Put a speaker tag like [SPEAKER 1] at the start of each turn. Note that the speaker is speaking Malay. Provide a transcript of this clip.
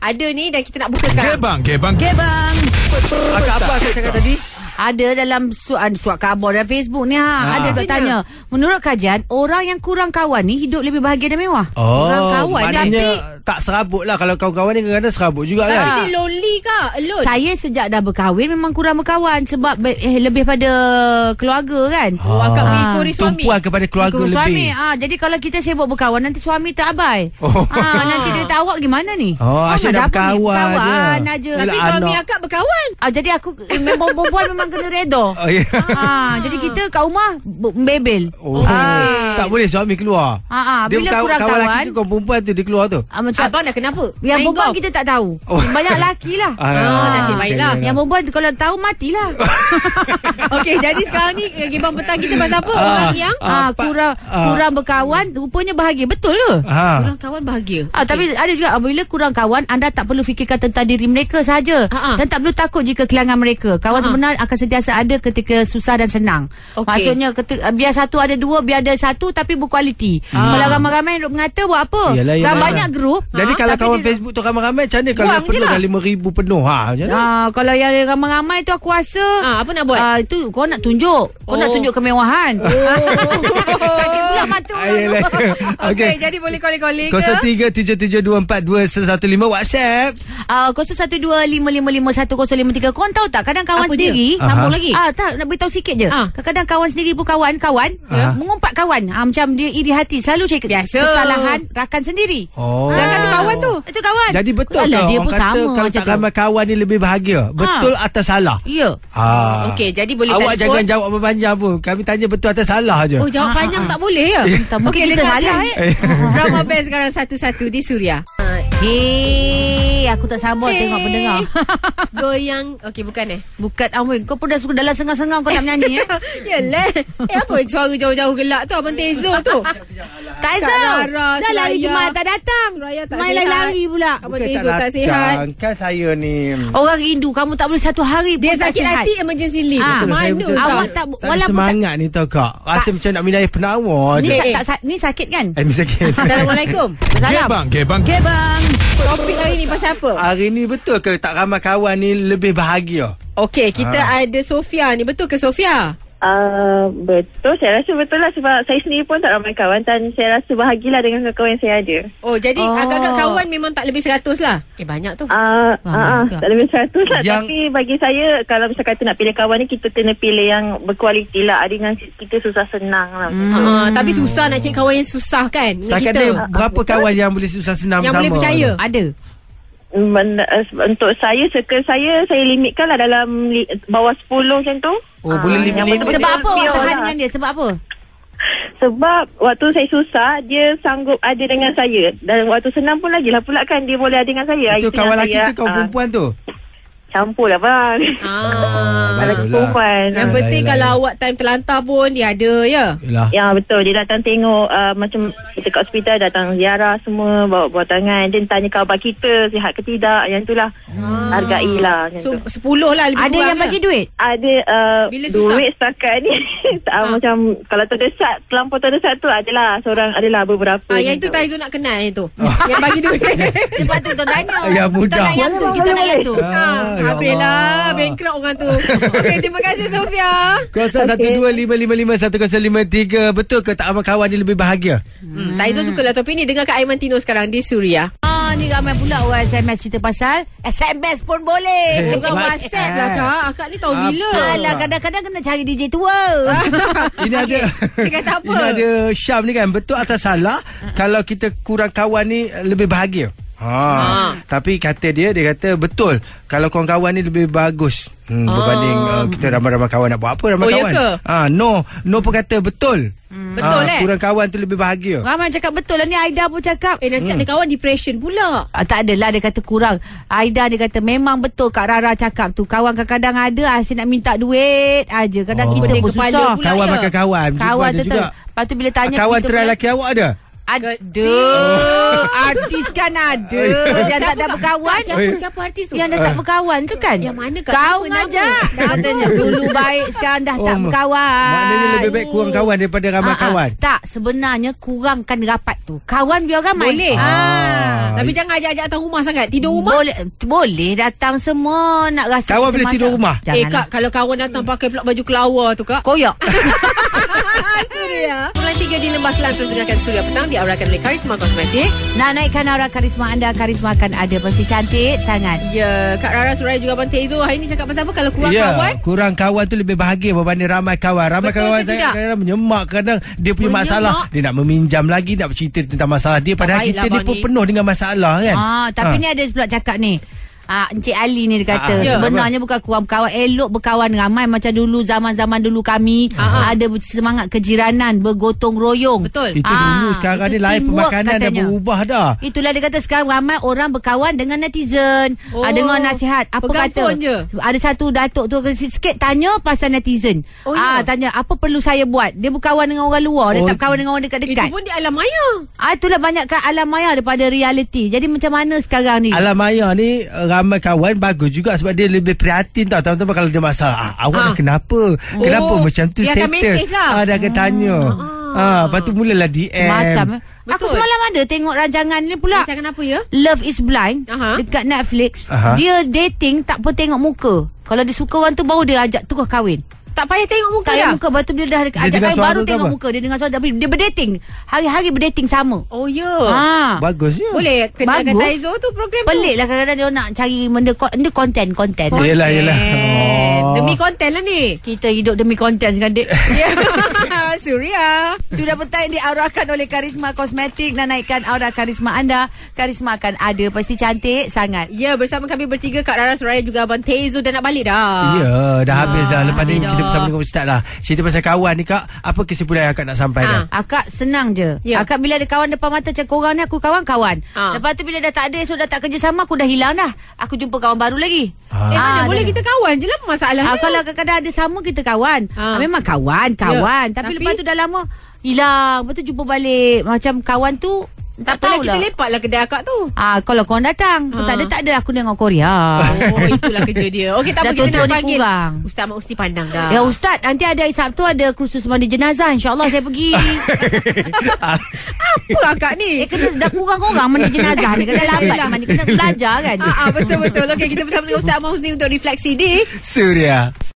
[SPEAKER 1] Ada ni dan kita nak bukakan.
[SPEAKER 2] Gebang, gebang.
[SPEAKER 1] Gebang.
[SPEAKER 3] Akak apa akak cakap tadi?
[SPEAKER 1] Ada dalam suat, suat khabar dan Facebook ni ha.
[SPEAKER 3] Katanya.
[SPEAKER 1] Ada duk tanya. Menurut kajian, orang yang kurang kawan ni hidup lebih bahagia dan mewah.
[SPEAKER 3] Oh,
[SPEAKER 4] kawan,
[SPEAKER 3] maknanya
[SPEAKER 4] tapi-
[SPEAKER 3] tak serabut lah Kalau kawan-kawan ni kadang-kadang serabut juga kan
[SPEAKER 1] Ah.
[SPEAKER 4] Tapi dia lonely ke? Alone.
[SPEAKER 1] Saya sejak dah berkahwin memang kurang berkawan sebab be- eh, lebih pada keluarga kan.
[SPEAKER 4] Oh, akak pergi
[SPEAKER 1] Ah.
[SPEAKER 4] kori suami.
[SPEAKER 3] Tumpuan kepada Oh, keluarga
[SPEAKER 1] Ikut
[SPEAKER 3] lebih
[SPEAKER 1] suami. Ah, jadi kalau kita sibuk berkawan nanti suami tak abai.
[SPEAKER 3] Oh.
[SPEAKER 1] Ah, nanti dia tak awak gimana ni?
[SPEAKER 3] Oh, asyik dah
[SPEAKER 1] siapa ni?
[SPEAKER 3] berkawan je.
[SPEAKER 1] Berkawan aja.
[SPEAKER 3] Yelah,
[SPEAKER 4] Tapi suami
[SPEAKER 3] anak.
[SPEAKER 4] akak berkawan.
[SPEAKER 1] Ah, jadi aku eh, memang perempuan memang kena redha.
[SPEAKER 3] Oh, ya.
[SPEAKER 1] Ah, jadi kita kat rumah be- membebel.
[SPEAKER 3] Oh, tak boleh suami keluar.
[SPEAKER 1] Ah, ah,
[SPEAKER 3] Dia
[SPEAKER 1] bila
[SPEAKER 3] kaw-
[SPEAKER 1] kurang
[SPEAKER 3] kawan lelaki
[SPEAKER 1] kawan-
[SPEAKER 3] tu, kawan perempuan tu dia keluar tu.
[SPEAKER 1] Ah, macam
[SPEAKER 4] Abang dah kenapa?
[SPEAKER 1] yang
[SPEAKER 4] Main
[SPEAKER 1] perempuan
[SPEAKER 4] golf.
[SPEAKER 1] kita tak tahu.
[SPEAKER 3] Oh.
[SPEAKER 1] Banyak lelaki lah.
[SPEAKER 3] Ah,
[SPEAKER 4] Ah, nasib
[SPEAKER 3] okey,
[SPEAKER 4] baiklah.
[SPEAKER 3] okey,
[SPEAKER 1] Yang perempuan tu kalau tahu matilah.
[SPEAKER 4] Okey, jadi sekarang ni eh, Gibang petang kita pasal apa?
[SPEAKER 3] Ah.
[SPEAKER 4] Orang yang
[SPEAKER 1] ah,
[SPEAKER 3] Ah, pa-
[SPEAKER 1] kurang
[SPEAKER 3] ah.
[SPEAKER 1] kurang berkawan rupanya bahagia. Betul ke?
[SPEAKER 3] Ha.
[SPEAKER 4] Orang kawan bahagia.
[SPEAKER 1] Ah, tapi ada juga ah, bila kurang kawan anda tak perlu fikirkan tentang diri mereka saja
[SPEAKER 4] Ha, ha.
[SPEAKER 1] dan tak perlu takut jika kehilangan mereka. Kawan
[SPEAKER 4] Ha, ha.
[SPEAKER 1] sebenar akan sentiasa ada ketika susah dan senang.
[SPEAKER 4] Okey.
[SPEAKER 1] Maksudnya keti- ah, biar satu ada dua, biar ada satu tapi berkualiti. Kalau ramai-ramai duk mengata buat apa?
[SPEAKER 3] Yelah, yelah,
[SPEAKER 1] Dah
[SPEAKER 3] yelah.
[SPEAKER 1] banyak grup.
[SPEAKER 3] Ah. Jadi
[SPEAKER 1] Ah,
[SPEAKER 3] kalau
[SPEAKER 1] tapi
[SPEAKER 3] kawan
[SPEAKER 1] dia-
[SPEAKER 3] Facebook tu ramai-ramai macam mana kalau
[SPEAKER 4] Buang je
[SPEAKER 3] penuh
[SPEAKER 4] lah.
[SPEAKER 3] dah 5000 penuh ha macam mana?
[SPEAKER 1] Ah, kalau yang ramai-ramai tu aku rasa
[SPEAKER 4] Ah, apa nak buat?
[SPEAKER 1] Ah, itu kau nak tunjuk. Kau
[SPEAKER 4] Oh.
[SPEAKER 1] nak tunjuk kemewahan. Sakit pula mata
[SPEAKER 3] Ah, yelah.
[SPEAKER 1] orang. tu.
[SPEAKER 3] Okey.
[SPEAKER 1] Okey, jadi boleh calling-calling ke?
[SPEAKER 3] 0377242115 WhatsApp.
[SPEAKER 1] Ah, 0125551053 Korang tahu tak Kadang kawan
[SPEAKER 4] Apa dia?
[SPEAKER 1] sendiri
[SPEAKER 3] Aha.
[SPEAKER 4] Sambung lagi.
[SPEAKER 1] Ah tak nak beritahu sikit je.
[SPEAKER 4] Ah.
[SPEAKER 1] Kadang-kadang kawan sendiri pun kawan-kawan
[SPEAKER 3] Ah.
[SPEAKER 1] mengumpat kawan. Ah macam dia iri hati selalu cari
[SPEAKER 4] Biasa.
[SPEAKER 1] kesalahan rakan sendiri.
[SPEAKER 3] Oh.
[SPEAKER 4] Sedangkan tu kawan tu.
[SPEAKER 1] Itu kawan.
[SPEAKER 3] Jadi betul
[SPEAKER 1] Kan? Alah,
[SPEAKER 3] ke
[SPEAKER 1] dia
[SPEAKER 3] orang
[SPEAKER 1] pun
[SPEAKER 3] kata
[SPEAKER 1] sama
[SPEAKER 3] kalau
[SPEAKER 1] macam
[SPEAKER 3] tak
[SPEAKER 1] tu.
[SPEAKER 3] ramai kawan ni lebih bahagia? Betul atau salah?
[SPEAKER 1] Ya.
[SPEAKER 3] Ha.
[SPEAKER 4] Okey, jadi boleh
[SPEAKER 3] Awak
[SPEAKER 4] telefon.
[SPEAKER 3] jangan jawab panjang pun. Kami tanya betul atau salah je.
[SPEAKER 4] Oh, jawab
[SPEAKER 1] Ah,
[SPEAKER 4] panjang
[SPEAKER 1] ah,
[SPEAKER 4] tak boleh ya?
[SPEAKER 1] Tak mungkin
[SPEAKER 4] Okey,
[SPEAKER 1] kita
[SPEAKER 4] letak
[SPEAKER 1] salah,
[SPEAKER 4] je.
[SPEAKER 3] eh.
[SPEAKER 4] Drama band sekarang satu-satu di Suria.
[SPEAKER 1] Hei, aku tak sabar
[SPEAKER 4] Hey.
[SPEAKER 1] tengok pendengar.
[SPEAKER 4] Goyang. Okey, bukan eh?
[SPEAKER 1] Bukan Amwin Kau pun dah suka dalam sengah-sengah Kau nak menyanyi eh?
[SPEAKER 4] Yelah. Eh, apa suara jauh-jauh gelak tu? Abang Tezo tu.
[SPEAKER 1] Tak
[SPEAKER 4] Kak
[SPEAKER 1] tahu
[SPEAKER 4] Dara,
[SPEAKER 1] Dah
[SPEAKER 4] Suraya.
[SPEAKER 1] lari cuma tak datang
[SPEAKER 4] Suraya tak
[SPEAKER 1] Main
[SPEAKER 4] sihat.
[SPEAKER 1] lari-lari pula
[SPEAKER 4] Abang Tezo tak sihat.
[SPEAKER 3] Kan saya ni.
[SPEAKER 1] Orang rindu Kamu tak boleh satu hari
[SPEAKER 4] Dia
[SPEAKER 1] pun tak
[SPEAKER 4] sakit
[SPEAKER 1] sihat.
[SPEAKER 4] hati emergency leave.
[SPEAKER 1] Ah.
[SPEAKER 4] Macam
[SPEAKER 3] Saya
[SPEAKER 4] mana
[SPEAKER 3] macam
[SPEAKER 4] tak?
[SPEAKER 1] Awak tak
[SPEAKER 3] Tak ada
[SPEAKER 1] Walaupun tak
[SPEAKER 3] semangat ni tau kak. Rasa
[SPEAKER 1] Tak-
[SPEAKER 3] macam nak minum air penawar
[SPEAKER 1] Ni,
[SPEAKER 3] je.
[SPEAKER 1] sa-
[SPEAKER 4] Eh, eh.
[SPEAKER 1] tak, sa- ni sakit kan
[SPEAKER 3] Eh, ni sakit.
[SPEAKER 4] Assalamualaikum.
[SPEAKER 1] Salam
[SPEAKER 2] Gebang, gebang.
[SPEAKER 1] Okay bang
[SPEAKER 4] Topik hari ni pasal apa?
[SPEAKER 3] Hari ni betul ke tak ramai kawan ni lebih bahagia?
[SPEAKER 4] Okey, kita
[SPEAKER 3] Ah.
[SPEAKER 4] ada Sofia ni. Betul ke Sofia?
[SPEAKER 5] Uh, betul, saya rasa betul lah sebab saya sendiri pun tak ramai kawan dan saya rasa bahagialah dengan kawan-kawan yang saya ada.
[SPEAKER 4] Oh, jadi
[SPEAKER 1] Oh.
[SPEAKER 4] agak-agak kawan memang tak lebih 100 lah. Eh, banyak tu.
[SPEAKER 5] Uh,
[SPEAKER 1] Ramai
[SPEAKER 5] uh,
[SPEAKER 1] juga.
[SPEAKER 5] tak lebih seratus lah
[SPEAKER 3] Yang-
[SPEAKER 5] yang... tapi bagi saya kalau misal kata nak pilih kawan ni kita kena pilih yang berkualiti lah ada dengan kita susah senang lah.
[SPEAKER 4] Ha,
[SPEAKER 5] Mm.
[SPEAKER 4] ah, tapi susah nak cari kawan yang susah kan? Ingat
[SPEAKER 3] Setakat
[SPEAKER 4] kita.
[SPEAKER 3] ni berapa kawan yang boleh susah senam
[SPEAKER 4] Yang
[SPEAKER 3] sama?
[SPEAKER 4] boleh percaya.
[SPEAKER 1] Ada
[SPEAKER 5] Men, uh, untuk saya, circle saya, saya limitkan lah dalam li, bawah 10 macam tu.
[SPEAKER 3] Oh, boleh
[SPEAKER 5] Ah, yang
[SPEAKER 3] limit-limit.
[SPEAKER 5] betul-betul
[SPEAKER 1] Sebab apa awak
[SPEAKER 5] pure
[SPEAKER 1] tahan
[SPEAKER 5] lah.
[SPEAKER 1] dengan dia Sebab apa
[SPEAKER 5] Sebab waktu saya susah, dia sanggup ada dengan saya. Dan waktu senang pun lagi lah pula kan, dia boleh ada dengan saya.
[SPEAKER 3] Itu kawan
[SPEAKER 5] yang
[SPEAKER 3] lelaki
[SPEAKER 5] saya,
[SPEAKER 3] tu kawan
[SPEAKER 5] ah,
[SPEAKER 3] perempuan tu.
[SPEAKER 5] Campur lah bang.
[SPEAKER 4] Ah.
[SPEAKER 3] Baik.
[SPEAKER 5] Lelaki
[SPEAKER 3] Betul lah.
[SPEAKER 5] perempuan.
[SPEAKER 4] Yang
[SPEAKER 3] Yalah,
[SPEAKER 4] penting
[SPEAKER 3] yalah,
[SPEAKER 4] kalau
[SPEAKER 3] yalah.
[SPEAKER 4] awak time terlantar pun dia ada ya.
[SPEAKER 3] Yalah.
[SPEAKER 5] Ya betul Dia datang tengok uh, Macam kita kat hospital Datang ziarah semua Bawa buah tangan Dia tanya khabar kita Sihat ke tidak Yang tu lah hmm. Hargailah macam
[SPEAKER 4] Ah. So
[SPEAKER 5] tu
[SPEAKER 4] 10 lah lebih
[SPEAKER 1] Ada
[SPEAKER 4] kurang
[SPEAKER 1] yang
[SPEAKER 4] lah.
[SPEAKER 1] bagi duit
[SPEAKER 5] ada uh,
[SPEAKER 4] Bila susah? Ah.
[SPEAKER 5] duit setakat ni ha. macam kalau terdesak terlampau terdesak tu adalah seorang adalah beberapa
[SPEAKER 4] Ah, yang itu Taizo nak kenal yang itu.
[SPEAKER 3] Ah.
[SPEAKER 4] yang bagi duit.
[SPEAKER 1] Lepas tu tuan tanya
[SPEAKER 3] Ya,
[SPEAKER 1] Kita
[SPEAKER 3] mudah.
[SPEAKER 1] nak yang tu Kita nak yang tu
[SPEAKER 3] Ah,
[SPEAKER 4] Ah,
[SPEAKER 3] ya
[SPEAKER 4] habislah
[SPEAKER 3] Allah.
[SPEAKER 4] bankrupt orang tu. Okey, terima kasih Sofia.
[SPEAKER 3] 0125551053 Betul ke tak ramai kawan ni lebih bahagia?
[SPEAKER 4] Hmm. Taizo sukalah topik ni dengan Kak Aiman Tino sekarang di Suria.
[SPEAKER 1] Ah, ni ramai pula orang SMS cerita pasal SMS pun
[SPEAKER 3] Eh, Ah,
[SPEAKER 1] boleh.
[SPEAKER 4] Bukan
[SPEAKER 3] WhatsApp.
[SPEAKER 4] WhatsApp lah Kak. Akak ni tahu
[SPEAKER 3] Apa?
[SPEAKER 4] bila.
[SPEAKER 1] Alah, kadang-kadang kena cari DJ tua.
[SPEAKER 3] Ini ada
[SPEAKER 4] Dia kata apa?
[SPEAKER 3] Ini ada Syam ni kan Betul atau salah Kalau kita kurang kawan ni eh, Lebih bahagia Ha. ha.
[SPEAKER 4] Ah.
[SPEAKER 3] Tapi kata dia Dia kata betul Kalau kawan-kawan ni lebih bagus hmm, ha. Berbanding uh, Kita ramai-ramai kawan Nak buat apa
[SPEAKER 4] Ah.
[SPEAKER 3] ramai
[SPEAKER 4] Oh, ya
[SPEAKER 3] kawan
[SPEAKER 4] ke?
[SPEAKER 3] ha, No No pun kata betul hmm.
[SPEAKER 4] Betul, eh?
[SPEAKER 3] Kurang kawan tu lebih bahagia
[SPEAKER 1] Ramai cakap betul lah ni Aida pun cakap.
[SPEAKER 4] Eh,
[SPEAKER 3] Hmm.
[SPEAKER 4] nanti ada kawan depression pula.
[SPEAKER 1] Ah, tak adalah dia kata kurang Aida dia kata memang betul Kak Rara cakap tu Kawan kadang-kadang ada asyik nak minta duit aja Kadang
[SPEAKER 3] Oh.
[SPEAKER 1] kita
[SPEAKER 3] Pening
[SPEAKER 1] pun
[SPEAKER 4] kepala
[SPEAKER 1] susah
[SPEAKER 4] pula.
[SPEAKER 3] Kawan
[SPEAKER 4] ya.
[SPEAKER 3] makan kawan Macam tu
[SPEAKER 1] Kawan
[SPEAKER 3] ada
[SPEAKER 1] tu
[SPEAKER 3] juga. Ah,
[SPEAKER 1] Lepas tu bila tanya
[SPEAKER 3] Kawan
[SPEAKER 1] kita
[SPEAKER 3] try
[SPEAKER 1] pula,
[SPEAKER 3] lelaki awak ada?
[SPEAKER 1] Ada.
[SPEAKER 4] Kecil.
[SPEAKER 1] Artis kan ada. Yang tak ada berkawan.
[SPEAKER 4] Siapa
[SPEAKER 3] Eh.
[SPEAKER 4] siapa artis tu?
[SPEAKER 1] Yang dah tak berkawan tu kan
[SPEAKER 4] Yang mana kat
[SPEAKER 1] Kau
[SPEAKER 4] kenapa,
[SPEAKER 1] ngajak
[SPEAKER 4] kenapa?
[SPEAKER 1] Katanya
[SPEAKER 4] Kenapa?
[SPEAKER 1] dulu baik Sekarang dah tak
[SPEAKER 3] Oh,
[SPEAKER 1] berkawan
[SPEAKER 3] Maknanya lebih baik kurang kawan daripada ramai
[SPEAKER 1] Ah, ah.
[SPEAKER 3] kawan.
[SPEAKER 1] Tak sebenarnya Kurangkan rapat tu Kawan biar ramai
[SPEAKER 4] Boleh.
[SPEAKER 1] Ah.
[SPEAKER 4] Ah.
[SPEAKER 3] eh.
[SPEAKER 4] Tapi jangan ajak-ajak datang rumah sangat. Tidur rumah.
[SPEAKER 1] Boleh boleh datang semua nak rasa
[SPEAKER 3] Kawan
[SPEAKER 1] kita
[SPEAKER 3] boleh
[SPEAKER 1] masak.
[SPEAKER 3] tidur rumah?
[SPEAKER 1] Jangan
[SPEAKER 4] eh kak, kalau kawan datang
[SPEAKER 3] Hmm.
[SPEAKER 4] pakai pula baju kelawar tu kak.
[SPEAKER 1] koyak. ya.
[SPEAKER 4] Suria. Bulan 3 di Lembah Kelang terus dengarkan Suria Petang diaurakan oleh Karisma Kosmetik.
[SPEAKER 1] nak naikkan aura karisma anda, karisma akan ada pasti cantik sangat.
[SPEAKER 4] Ya, Kak Rara Suria juga Abang Tezo hari ni cakap pasal apa kalau kurang
[SPEAKER 3] Ya,
[SPEAKER 4] yeah. kawan?
[SPEAKER 3] kurang kawan tu lebih bahagia berbanding ramai kawan. Ramai
[SPEAKER 4] Betul
[SPEAKER 3] kawan
[SPEAKER 4] ke
[SPEAKER 3] saya
[SPEAKER 4] tidak?
[SPEAKER 3] kadang menyemak kadang dia punya
[SPEAKER 4] Menyemak.
[SPEAKER 3] masalah. Dia nak meminjam lagi, nak bercerita tentang masalah dia padahal
[SPEAKER 4] baiklah,
[SPEAKER 3] kita ni
[SPEAKER 4] Abang
[SPEAKER 3] pun
[SPEAKER 4] ni.
[SPEAKER 3] penuh dengan masalah kan.
[SPEAKER 1] Ah, tapi ni ada pula cakap ni. Ah, Encik Ali ni dia
[SPEAKER 3] Ah, ah.
[SPEAKER 1] kata ah, sebenarnya bukan kurang berkawan elok berkawan ramai macam dulu zaman-zaman dulu kami ah, ada semangat kejiranan bergotong royong.
[SPEAKER 4] Betul.
[SPEAKER 3] Itu
[SPEAKER 1] Ah,
[SPEAKER 3] dulu sekarang
[SPEAKER 1] itu
[SPEAKER 3] ni lain
[SPEAKER 1] teamwork
[SPEAKER 3] pemakanan dah
[SPEAKER 1] katanya.
[SPEAKER 3] berubah dah.
[SPEAKER 1] Itulah dia kata sekarang ramai orang berkawan dengan netizen.
[SPEAKER 4] Oh.
[SPEAKER 1] Oh, dengan nasihat. Apa
[SPEAKER 4] Pegang
[SPEAKER 1] kata?
[SPEAKER 4] phone je.
[SPEAKER 1] Ada satu datuk tu kena sikit tanya pasal netizen.
[SPEAKER 4] Oh, ya.
[SPEAKER 1] ah tanya apa perlu saya buat? Dia berkawan dengan orang
[SPEAKER 3] Oh.
[SPEAKER 1] luar, dia tak berkawan dengan orang
[SPEAKER 4] Itu
[SPEAKER 1] dekat-dekat.
[SPEAKER 4] pun di alam maya.
[SPEAKER 1] Ah itulah banyak kat alam maya daripada reality. Jadi macam mana sekarang
[SPEAKER 4] Eh.
[SPEAKER 1] ni?
[SPEAKER 3] Alam Maya ni uh, ramai kawan bagus juga sebab dia lebih prihatin tau teman-teman kalau dia masalah. Ah, awak
[SPEAKER 4] Ah.
[SPEAKER 3] dah kenapa? Kenapa macam tu
[SPEAKER 4] dia akan message lah. Hmm.
[SPEAKER 3] Ah, dia akan tanya. Ah, lepas tu mulalah DM.
[SPEAKER 1] Macam eh.
[SPEAKER 4] Betul.
[SPEAKER 1] Aku semalam ada tengok rancangan ni pula.
[SPEAKER 4] Macam kenapa ya?
[SPEAKER 1] Love is Blind
[SPEAKER 4] Aha.
[SPEAKER 1] dekat Netflix.
[SPEAKER 3] Aha.
[SPEAKER 1] Dia dating tak pun tengok muka. Kalau dia suka orang tu baru dia ajak terus kahwin.
[SPEAKER 4] Tak payah tengok muka
[SPEAKER 1] Tak payah
[SPEAKER 4] dah.
[SPEAKER 1] muka Lepas tu dia dah ajak
[SPEAKER 3] dengar
[SPEAKER 1] kahwin
[SPEAKER 3] suara
[SPEAKER 1] Baru
[SPEAKER 3] ke
[SPEAKER 1] tengok
[SPEAKER 3] apa?
[SPEAKER 1] muka Dia dengar suara Tapi dia berdating Hari-hari berdating sama
[SPEAKER 4] Oh ya.
[SPEAKER 1] ha.
[SPEAKER 3] Bagus je.
[SPEAKER 4] Boleh kena
[SPEAKER 1] Bagus.
[SPEAKER 4] kata Izo tu program
[SPEAKER 1] Pelik
[SPEAKER 4] tu.
[SPEAKER 1] lah kadang-kadang dia nak cari benda ko- Benda konten-konten
[SPEAKER 3] Konten. Yelah, yelah.
[SPEAKER 4] Oh.
[SPEAKER 3] Oh.
[SPEAKER 4] Demi konten lah ni.
[SPEAKER 1] Kita hidup demi konten sekarang dek
[SPEAKER 4] Ya. Suria.
[SPEAKER 1] Sudah petang yang diaurakan oleh Karisma Kosmetik Dan naikkan aura karisma anda Karisma akan ada Pasti cantik sangat
[SPEAKER 4] Ya, bersama kami bertiga Kak Rara Suraya juga Abang Tezo dah nak balik dah.
[SPEAKER 3] Ya, dah habis dah. Lepas
[SPEAKER 4] habis Ah,
[SPEAKER 3] ni
[SPEAKER 4] dah.
[SPEAKER 3] kita bersama dengan Ustaz lah. Cerita pasal kawan ni kak, apa kesimpulan yang akak nak
[SPEAKER 4] Ah.
[SPEAKER 3] sampaikan?
[SPEAKER 1] Akak senang je
[SPEAKER 4] Ya.
[SPEAKER 1] yeah. Akak bila ada kawan depan mata Macam korang ni aku kawan-kawan
[SPEAKER 4] Ah.
[SPEAKER 1] Lepas tu bila dah tak ada Esok dah tak kerja sama Aku dah hilang dah Aku jumpa kawan baru lagi
[SPEAKER 3] Ah.
[SPEAKER 4] Eh, mana
[SPEAKER 1] Ah,
[SPEAKER 4] boleh kita kawan je lah apa masalahnya.
[SPEAKER 1] Ah, kalau kadang-kadang ada sama kita kawan.
[SPEAKER 4] Ah.
[SPEAKER 1] Ah. Memang kawan, kawan.
[SPEAKER 4] Ya.
[SPEAKER 1] Tapi,
[SPEAKER 4] Tapi-
[SPEAKER 1] Tapi lepas tu dah lama hilang. Lepas tu jumpa balik. Macam kawan tu
[SPEAKER 4] tak apalah
[SPEAKER 1] tak, tahu
[SPEAKER 4] kita
[SPEAKER 1] lah.
[SPEAKER 4] lepak lah kedai akak tu.
[SPEAKER 1] Ah, kalau korang datang.
[SPEAKER 4] Ah.
[SPEAKER 1] Tak ada, tak ada. Aku dengan Korea.
[SPEAKER 4] Oh, itulah kerja dia. Okey, tak apa
[SPEAKER 1] Ah.
[SPEAKER 4] kita
[SPEAKER 1] Dah tutup
[SPEAKER 4] nak
[SPEAKER 1] dia
[SPEAKER 4] panggil.
[SPEAKER 1] kurang.
[SPEAKER 4] Ustaz Mak Usti pandang dah.
[SPEAKER 1] Ya Ustaz, nanti ada hari Sabtu ada kursus mandi jenazah. InsyaAllah saya pergi.
[SPEAKER 4] Apa akak
[SPEAKER 1] eh,
[SPEAKER 4] ni?
[SPEAKER 1] kena dah kurang orang mandi jenazah ni. Kena lambat lah mandi. Kena belajar kan.
[SPEAKER 4] Ah, ah, betul betul. Okey, kita bersama dengan Ustaz Mak Usti untuk refleksi di
[SPEAKER 3] Suria.